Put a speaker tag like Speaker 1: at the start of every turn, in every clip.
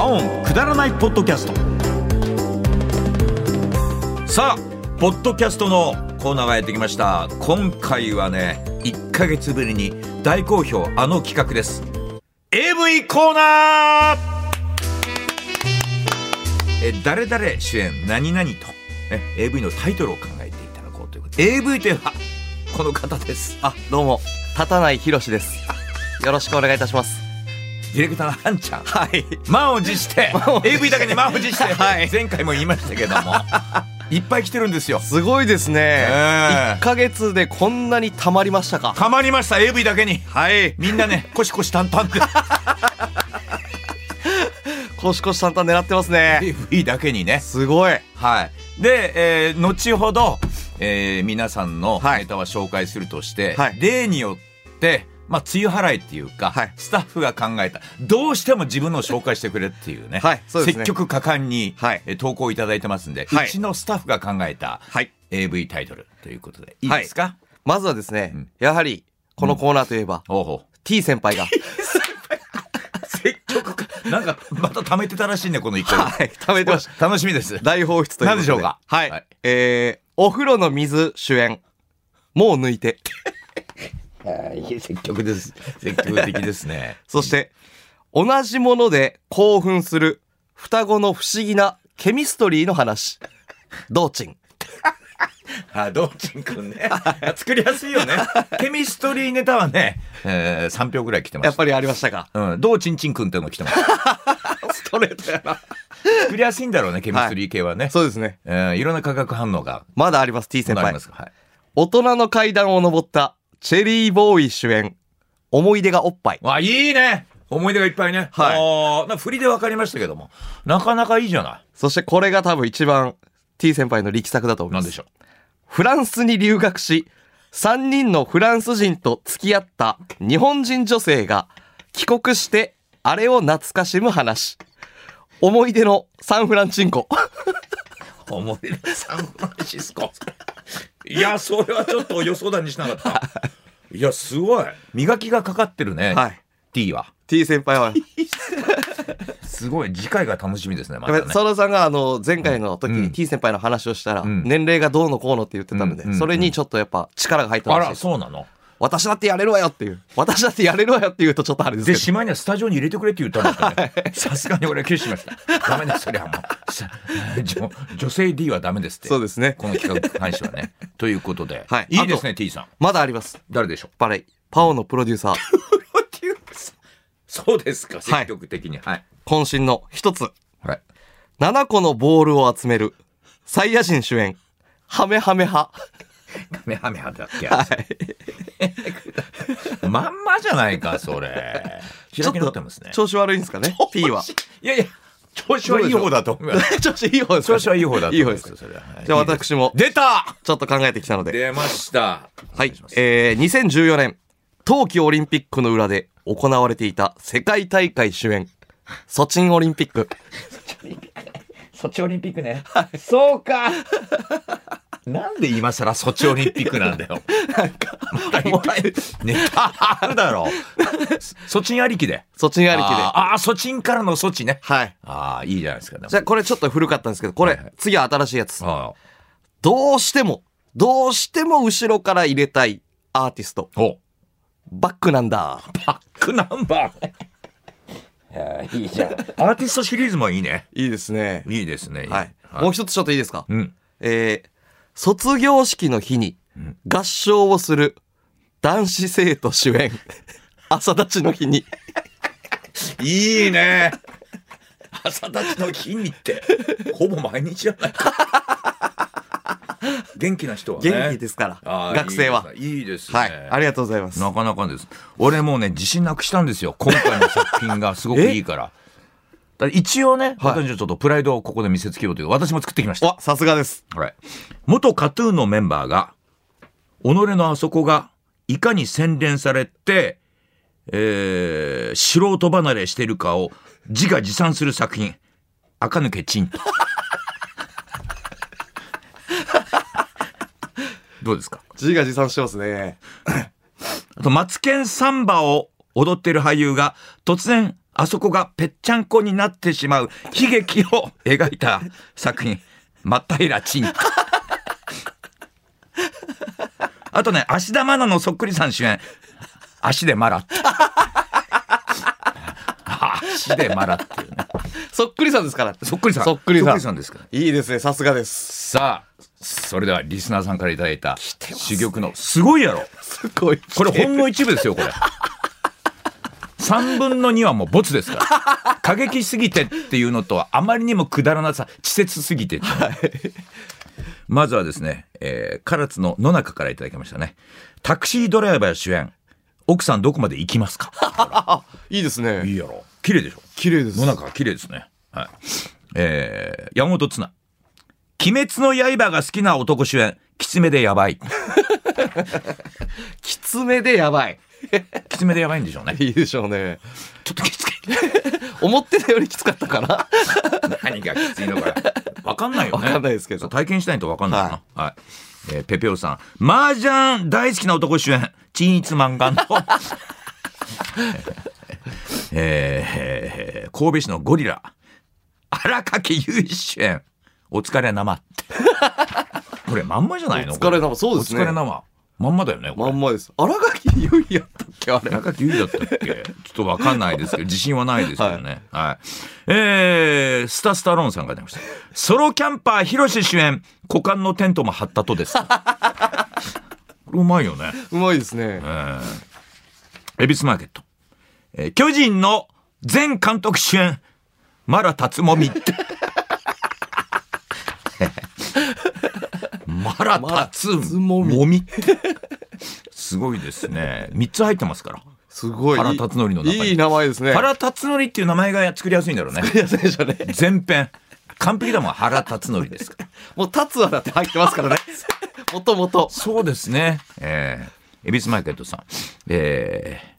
Speaker 1: オンくだらないポッドキャストさあポッドキャストのコーナーがやってきました今回はね1ヶ月ぶりに大好評あの企画です AV コーナーえー誰々主演何々と、ね、AV のタイトルを考えていただこうということで AV というのはこの方です
Speaker 2: あ、どうも、立たないひろしです。よろしくお願いいたします。
Speaker 1: ディレクターのハンちゃん
Speaker 2: はい。
Speaker 1: 満を持して
Speaker 2: 満を持して
Speaker 1: AV だけに満を持して、
Speaker 2: はい
Speaker 1: 前回も言いましたけど もいっぱい来てるんですよ
Speaker 2: すごいですね。
Speaker 1: ええ
Speaker 2: 1ヶ月でこんなに溜まりましたか。
Speaker 1: たまりました AV だけにはいみんな ねコシコシ淡々って
Speaker 2: コシコシ淡々狙ってますね。
Speaker 1: AV だけにね
Speaker 2: すごい。
Speaker 1: はいで、えー後ほど、えー皆さんの
Speaker 2: はい
Speaker 1: ネタは紹介するとして、
Speaker 2: はい
Speaker 1: 例によってまあ、梅雨払いっていうか、
Speaker 2: はい
Speaker 1: スタッフが考えたどうしても自分のを紹介してくれっていうね
Speaker 2: はいそうですね
Speaker 1: 積極果敢に、
Speaker 2: はい
Speaker 1: えー投稿いただいてますんで、
Speaker 2: はいう
Speaker 1: ちのスタッフが考えた
Speaker 2: はい。
Speaker 1: AV タイトルということでいいですか、
Speaker 2: まずはですね、
Speaker 1: うん
Speaker 2: やはり、このコーナーといえば、
Speaker 1: おうほ
Speaker 2: T 先輩が、
Speaker 1: う積極かなんかまた貯めてたらしいねこの一個
Speaker 2: はい、食べてました。
Speaker 1: 楽しみ です
Speaker 2: 大放出ということで。
Speaker 1: 何でしょうか
Speaker 2: はい。
Speaker 1: はい
Speaker 2: えー、お風呂の水主演、もう抜いて。
Speaker 1: 積極です積極的ですね
Speaker 2: そして、同じもので興奮する双子の不思議なケミストリーの話。道珍。
Speaker 1: あどうちんくんね作りやすいよねケミストリーネタはね、えー、3票ぐらい来てま
Speaker 2: やっ
Speaker 1: した
Speaker 2: ぱりありましたか。
Speaker 1: うん、どうちんちんくんっていうの来てます
Speaker 2: ストレートやな。
Speaker 1: 作りやすいんだろうねケミストリー系はね、
Speaker 2: そうですね。
Speaker 1: えーいろんな化学反応が
Speaker 2: まだあります、T
Speaker 1: こん
Speaker 2: 先
Speaker 1: なあり
Speaker 2: 輩
Speaker 1: ま。すかはい
Speaker 2: 大人の階段を登ったチェリーボーイ主演、思い出がおっぱい。
Speaker 1: わいいね思い出がいっぱいね
Speaker 2: はい
Speaker 1: あーな振りで分かりましたけどもなかなかいいじゃない
Speaker 2: そしてこれが多分一番 T 先輩の力作だと思いま
Speaker 1: な
Speaker 2: す。
Speaker 1: んでしょう
Speaker 2: フランスに留学し、3人のフランス人と付き合った日本人女性が帰国して、あれを懐かしむ話。思い出のサンフランチンコ。
Speaker 1: 思い出サンフランシスコいやそれはちょっと予想だにしなかったいやすごい磨きがかかってるね、
Speaker 2: はい。
Speaker 1: T は
Speaker 2: T 先輩は、
Speaker 1: すごい次回が楽しみですねまた
Speaker 2: や
Speaker 1: ね
Speaker 2: っぱり沢田さんがあの前回の時
Speaker 1: う
Speaker 2: に
Speaker 1: ん
Speaker 2: T 先輩の話をしたら
Speaker 1: うん
Speaker 2: 年齢がどうのこうのって言ってたの
Speaker 1: うんう
Speaker 2: で
Speaker 1: ん
Speaker 2: それにちょっとやっぱ力が入った
Speaker 1: あ
Speaker 2: らしい
Speaker 1: ら
Speaker 2: です
Speaker 1: そうなの
Speaker 2: 私だってやれるわよっていう私だってやれるわよっていうとちょっとあれですけ
Speaker 1: で
Speaker 2: ど
Speaker 1: しまいにはスタジオに入れてくれって言ったんだったねさすがに俺は拒否しましたダメですそれはもうさ女女性 D はダメですって
Speaker 2: そうですね
Speaker 1: この企画に関してはねということで、
Speaker 2: はい
Speaker 1: いですね T さん
Speaker 2: まだあります
Speaker 1: 誰でしょう
Speaker 2: バレイパオのプロデュ ーサー
Speaker 1: そうですか
Speaker 2: はい
Speaker 1: 積極的にはい、
Speaker 2: 渾身の一つ
Speaker 1: はい、
Speaker 2: 7個のボールを集めるサイヤ人主演ハメハメ派
Speaker 1: メハメハだっけ、まんまじゃないかそれ開き直ってますね
Speaker 2: 調子悪いんですかね P はい
Speaker 1: やいや調子はいい方だと思います
Speaker 2: 調子いい方ですか
Speaker 1: 調子はいい方だと思いま
Speaker 2: いい
Speaker 1: す
Speaker 2: 方です
Speaker 1: それははい
Speaker 2: じゃあ私も
Speaker 1: 出た
Speaker 2: ちょっと考えてきたので
Speaker 1: 出ました
Speaker 2: はい、えー、2014年、冬季オリンピックの裏で行われていた世界大会主演、ソチンオリンピック。
Speaker 1: ソチオリンピックね。そう か。なんで今更ソチオリンピックなんだよ。 なんか、お前、ネタあるだろう。 ソチンありきで。
Speaker 2: ソチンありきで。
Speaker 1: あーあー、ソチンからのソチね。
Speaker 2: はい。
Speaker 1: ああ、いいじゃないですか。でも
Speaker 2: じゃあこれちょっと古かったんですけど、これ、
Speaker 1: はいはい
Speaker 2: 次は新しいやつ。
Speaker 1: あ
Speaker 2: どうしても、どうしても後ろから入れたいアーティスト、
Speaker 1: ーお
Speaker 2: バックなんだ。
Speaker 1: バックナンバー。いいじゃん。アーティストシリーズもいいね。
Speaker 2: いいですね。
Speaker 1: いいですね。
Speaker 2: はい。も
Speaker 1: も
Speaker 2: う一つちょっといいですか、
Speaker 1: うん。
Speaker 2: えー、卒業式の日に合唱をする男子生徒主演、 朝立ちの日に。
Speaker 1: いいね。朝立ちの日にって、ほぼ毎日じゃないか。元気な人はね。
Speaker 2: 元気ですから、
Speaker 1: あー
Speaker 2: 学生は。
Speaker 1: いいですね。
Speaker 2: は
Speaker 1: い
Speaker 2: い
Speaker 1: いですね。、
Speaker 2: ありがとうございます。
Speaker 1: なかなかです。俺もうね、自信なくしたんですよ。今回の作品がすごくいいから。だから一応ね、
Speaker 2: はい
Speaker 1: 私はちょっとプライドをここで見せつけようという、私も作ってきました。
Speaker 2: お、さすがです。
Speaker 1: はい。元カトゥーンのメンバーが、己のあそこが、いかに洗練されて、えー、素人離れしているかを自画自賛する作品。赤抜けチンと。どうですか
Speaker 2: 自画自賛してますね。
Speaker 1: あと、マツケンサンバを踊っている俳優が、突然、あそこがぺっちゃんこになってしまう悲劇を描いた作品 「真っ平チン」あとね芦田愛菜のそっくりさん主演「足でマラ」 っていう足でマラっていうね
Speaker 2: そっくりさんですから。
Speaker 1: そっくりさん
Speaker 2: そっくりさん。
Speaker 1: さんですから
Speaker 2: いいですね。さすがです。
Speaker 1: さあそれではリスナーさんからいただいた
Speaker 2: てますね
Speaker 1: 珠玉のすごいやろ
Speaker 2: すごい。
Speaker 1: これほんの一部ですよこれ3分の2はもうボツですから過激すぎてっていうのとはあまりにもくだらなさ稚拙すぎてっていうのまずはですね、えー、唐津の野中からいただきましたねタクシードライバー主演奥さんどこまで行きますか
Speaker 2: いいですね。
Speaker 1: いいやろ綺麗でしょ
Speaker 2: 綺麗です。
Speaker 1: 野中は綺麗ですねはいえー、山本綱鬼滅の刃が好きな男主演きつめでやばい
Speaker 2: きつめでやばい。
Speaker 1: きつめでやばいんでしょうね
Speaker 2: いいでしょうね。
Speaker 1: ちょっときつい
Speaker 2: 思ってたよりきつかったかな。
Speaker 1: 何がきついのか分かんないよね
Speaker 2: わかんないですけど
Speaker 1: 体験しないと分かんないなはい、えーペペオさん麻雀大好きな男主演陳一漫画の えーえー神戸市のゴリラ荒垣結衣主演お疲れ 生ってこれまんまじゃないの
Speaker 2: お 疲れ生そうですね
Speaker 1: お疲れ生まんまだよねこ
Speaker 2: ま
Speaker 1: れ
Speaker 2: んまです。荒垣結衣やったっけあれ。
Speaker 1: 中木由里だった っけちょっとわかんないですけど、自信はないですけどね。はい。えー、スタスタローンさんが出ました。ソロキャンパー、ヒロシ主演、股間のテントも張ったとです。こ れうまいよね。
Speaker 2: うまい ですね。
Speaker 1: 恵比寿マーケット。えー巨人の前監督主演、マラタツモミって。 マラタツモミ。すごいですね。3つ入ってますから。
Speaker 2: すごい。
Speaker 1: 原辰徳の中に
Speaker 2: いい名前ですね。
Speaker 1: 原辰徳っていう名前が作りやすいんだ ろうね。
Speaker 2: いやそうでしょうね。
Speaker 1: 全編。完璧だもん、原辰徳ですから。
Speaker 2: もう、達はだって入ってます からね。もともと。
Speaker 1: そうですね。えー、恵比寿マーケットさん。えー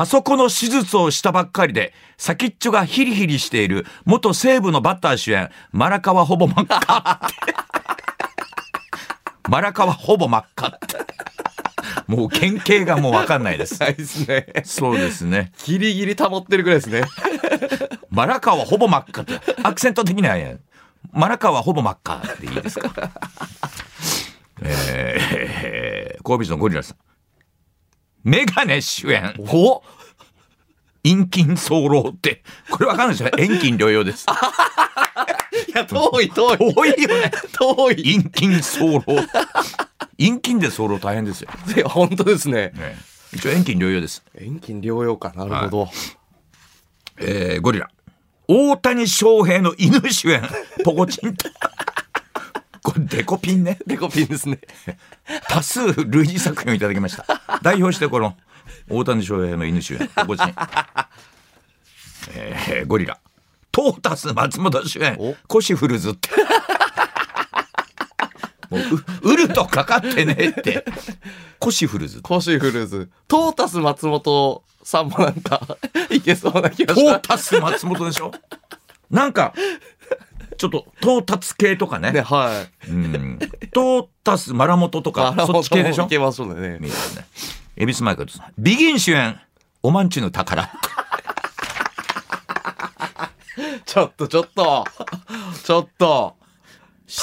Speaker 1: あそこの手術をしたばっかりで、先っちょがヒリヒリしている、元西武のバッター主演、マラカワほぼ真っ赤って。マラカワほぼ真っ赤って。もう原型がもうわかんないです。
Speaker 2: ないですね。
Speaker 1: そうですね。
Speaker 2: ギリギリ保ってるぐらいですね。
Speaker 1: マラカはほぼ真っ赤って、アクセント的にはね、マラカはほぼ真っ赤でいいですか。えー、神戸市のゴリラさん。メガネ主演、
Speaker 2: お
Speaker 1: 遠近早漏って、これわかんないでしょ遠近療養です。
Speaker 2: いや、遠い遠い。
Speaker 1: 多いよね。
Speaker 2: 遠い。
Speaker 1: 遠近早漏。遠近で早漏大変ですよ。
Speaker 2: いや本当ですね。
Speaker 1: ね一応遠近療養です。
Speaker 2: 遠近療養か。なるほど。
Speaker 1: えーゴリラ。大谷翔平の犬主演、ポコチンと。これデコピンね。
Speaker 2: デコピンですね。
Speaker 1: 多数類似作品をいただきました代表してこの大谷翔平の犬主演ご人、えーゴリラトータス松本主演
Speaker 2: お
Speaker 1: コシフルズってもううウルとかかってねえってコシフルズト
Speaker 2: コシフルズ。トータス松本さんもなんか、 いけそうな気がし
Speaker 1: ー
Speaker 2: た。
Speaker 1: タス松本でしょなんかちょっとトータス系とかね
Speaker 2: ね、はい。
Speaker 1: うんトータスマラモトとかそっち系でしょ
Speaker 2: あらもういけましょうね。
Speaker 1: みたいなね。恵比寿マイケルさん。ビギン主演、おまんちゅの 宝。
Speaker 2: ちょっとちょっと。ちょっと。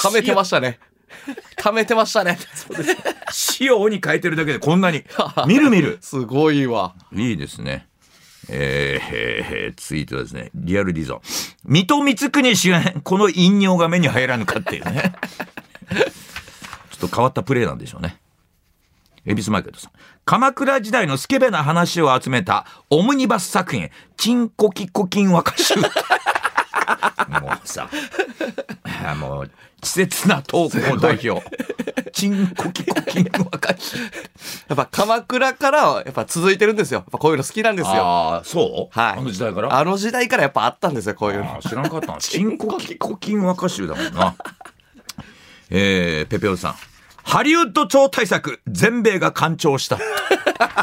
Speaker 2: 溜めてましたね。 溜めてましたね。
Speaker 1: 塩に変えてるだけでこんな に。みるみる。
Speaker 2: すごいわ。
Speaker 1: いいですね。えーえー、ツイートですね。リアルリゾン。水戸光圀主演、この陰陽が目に入らぬかっていうね。ちょっと変わったプレーなんでしょうね。恵比寿マーケットさん。鎌倉時代のスケベな話を集めたオムニバス作品、チンコキコキン和歌集。もうさ、あもう、稚拙な投稿代表。チンコキコキン和歌集。
Speaker 2: やっぱ鎌倉からはやっぱ続いてるんですよ。やっぱこういうの好きなんですよ。
Speaker 1: ああ、そう
Speaker 2: はい。
Speaker 1: あの時代から
Speaker 2: あの時代からやっぱあったんですよ、こういう
Speaker 1: あ
Speaker 2: の。
Speaker 1: 知らなかったな。チンコキコキン和歌集だもんな。えー、ペペオさん。ハリウッド超大作、全米が干潮した。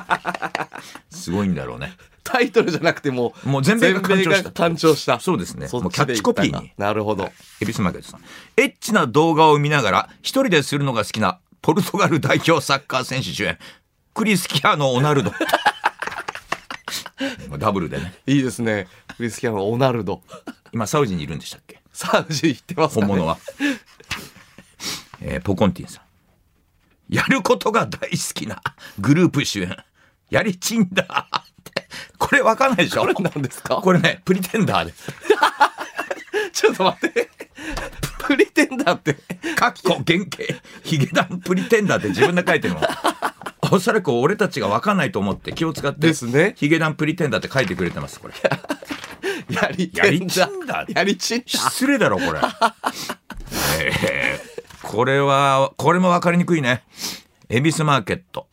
Speaker 1: すごいんだろうね。
Speaker 2: タイトルじゃなくてもう、
Speaker 1: もう全米が
Speaker 2: 全
Speaker 1: 干潮した
Speaker 2: が干潮した。
Speaker 1: そうですね
Speaker 2: そっち
Speaker 1: もうキャッチコピーに
Speaker 2: で行ったんだなるほど。
Speaker 1: エビスマーケットさん。エッチな動画を見ながら、一人でするのが好きな、ポルトガル代表サッカー選手主演、クリスキアーノ・オナルド。まあダブルでね
Speaker 2: いいですね。クリス・キャノン、オナルド。
Speaker 1: 今サウジにいるんでしたっけ
Speaker 2: サウジ行ってますか
Speaker 1: 本
Speaker 2: ね。
Speaker 1: 物は、 えーポコンティンさんやることが大好きなグループ主演やりちんだ ってこれわかんないでしょ
Speaker 2: これなんですか
Speaker 1: これねプリテンダーです
Speaker 2: ちょっと待って。プリテンダーって。
Speaker 1: かっこ原型ヒゲダンプリテンダーって自分で書いてるの おそらく俺たちがわかんないと思って気を使って
Speaker 2: ですね
Speaker 1: ヒゲダンプリテンダーって書いてくれてますこれ
Speaker 2: やり
Speaker 1: や
Speaker 2: て
Speaker 1: り
Speaker 2: ん
Speaker 1: ち
Speaker 2: だ。
Speaker 1: んだ
Speaker 2: やりちんだ。
Speaker 1: 失礼だろこれ、えーこれはこれも分かりにくいね恵比寿マーケット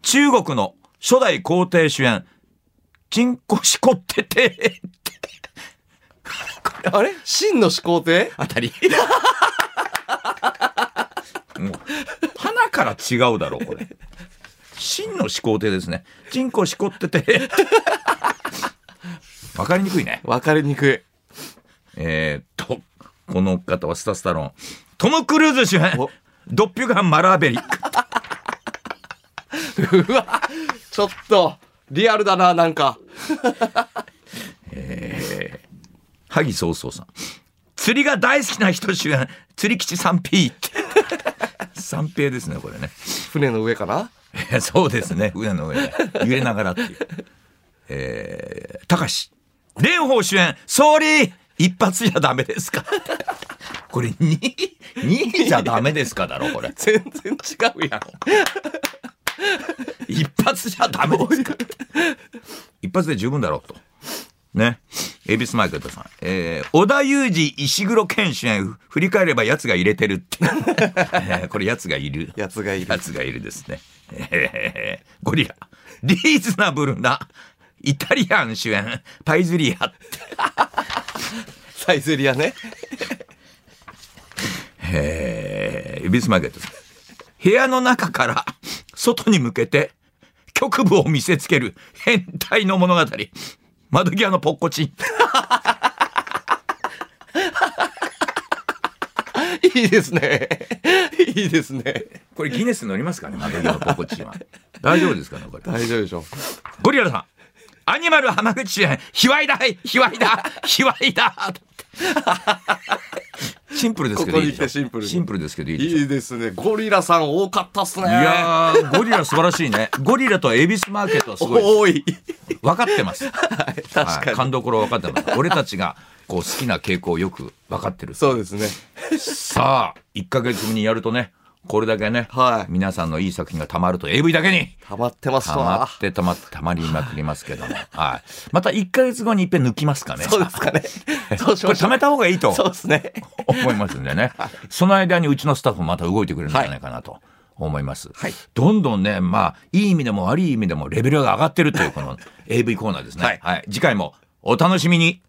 Speaker 1: 中国の初代皇帝主演チンコしこってて
Speaker 2: あれ真の始皇帝
Speaker 1: あたりもう花から違うだろこれ真の始皇帝ですねチンコしこってて分かりにくいね
Speaker 2: わかりにくい。
Speaker 1: えー、っと、この方はスタスタローン。トム・クルーズ主演
Speaker 2: お、
Speaker 1: ドッピュガン・マラーベリック。
Speaker 2: うわ、ちょっと、リアルだな、なんか。
Speaker 1: 萩総総さん。釣りが大好きな人主演、釣り吉 3P って。三平ですね、これね。
Speaker 2: 船の上かな
Speaker 1: えーそうですね、上の上で。揺れながらっていう。えー、高し。蓮舫主演、総理一発じゃダメですか。これ2、2じゃダメですかだろ、これ。
Speaker 2: 全然違うやん。
Speaker 1: 一発じゃダメですか 一発で十分だろうとね恵比寿マーケットさん、えー、織田裕二石黒賢主演振り返ればやつが入れてるって えーこれやつがいる
Speaker 2: やつがいる
Speaker 1: や。つがいるですね、えーゴリラリーズナブルなイタリアン主演パイズリアって、
Speaker 2: サイゼリアね。
Speaker 1: えー、恵比寿マーケットさん部屋の中から外に向けて局部を見せつける変態の物語窓際のポッコチン
Speaker 2: いいですね。いいですね。
Speaker 1: これギネス乗りますかね、窓際のポコチンは。 大丈夫ですかね、これ。
Speaker 2: 大丈夫でしょ。
Speaker 1: ゴリラさん。アニマル浜口主演、卑猥だ、卑猥だ、卑猥 だ。シンプルですけどいいでしょ
Speaker 2: ここに来てシンプルに
Speaker 1: シンプルですけどいいでしょ
Speaker 2: いいですね。ゴリラさん多かったっす
Speaker 1: い
Speaker 2: ね。
Speaker 1: やー、ゴリラ素晴らしいね。ゴリラと恵比寿マーケットはすごいです。
Speaker 2: 多い。
Speaker 1: 分かって ます。
Speaker 2: 確か
Speaker 1: はい
Speaker 2: に。
Speaker 1: 勘どころ分かって ます。俺たちがこう好きな傾向をよく分かってる。
Speaker 2: そうですね。
Speaker 1: さあ、1ヶ月分にやるとね、これだけね、
Speaker 2: はい
Speaker 1: 皆さんのいい作品がたまると AV だけに。
Speaker 2: 溜まってます
Speaker 1: たま
Speaker 2: わ
Speaker 1: っ。てたまってたまりまくりますけども、はい、また1か月後にいっぺん抜きますかね
Speaker 2: そうですかね。そうし
Speaker 1: これ
Speaker 2: まし
Speaker 1: 貯
Speaker 2: ょう
Speaker 1: めた方がいいと
Speaker 2: そうですね。
Speaker 1: 思いますんでねその間にうちのスタッフもまた動いてくれるんじゃないかなと思います、
Speaker 2: はい
Speaker 1: どんどんねまあいい意味でも悪い意味でもレベルが上がってるというこの AV コーナーですね、
Speaker 2: はい
Speaker 1: はい、次回もお楽しみに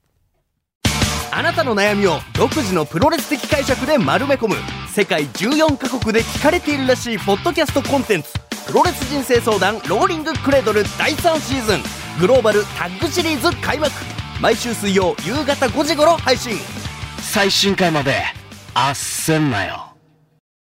Speaker 3: あなたの悩みを独自のプロレス的解釈で丸め込む世界14カ国で聞かれているらしいポッドキャストコンテンツ「プロレス人生相談ローリングクレードル」第3シーズングローバルタッグシリーズ開幕毎週水曜夕方5時頃配信最新回まであっせんなよ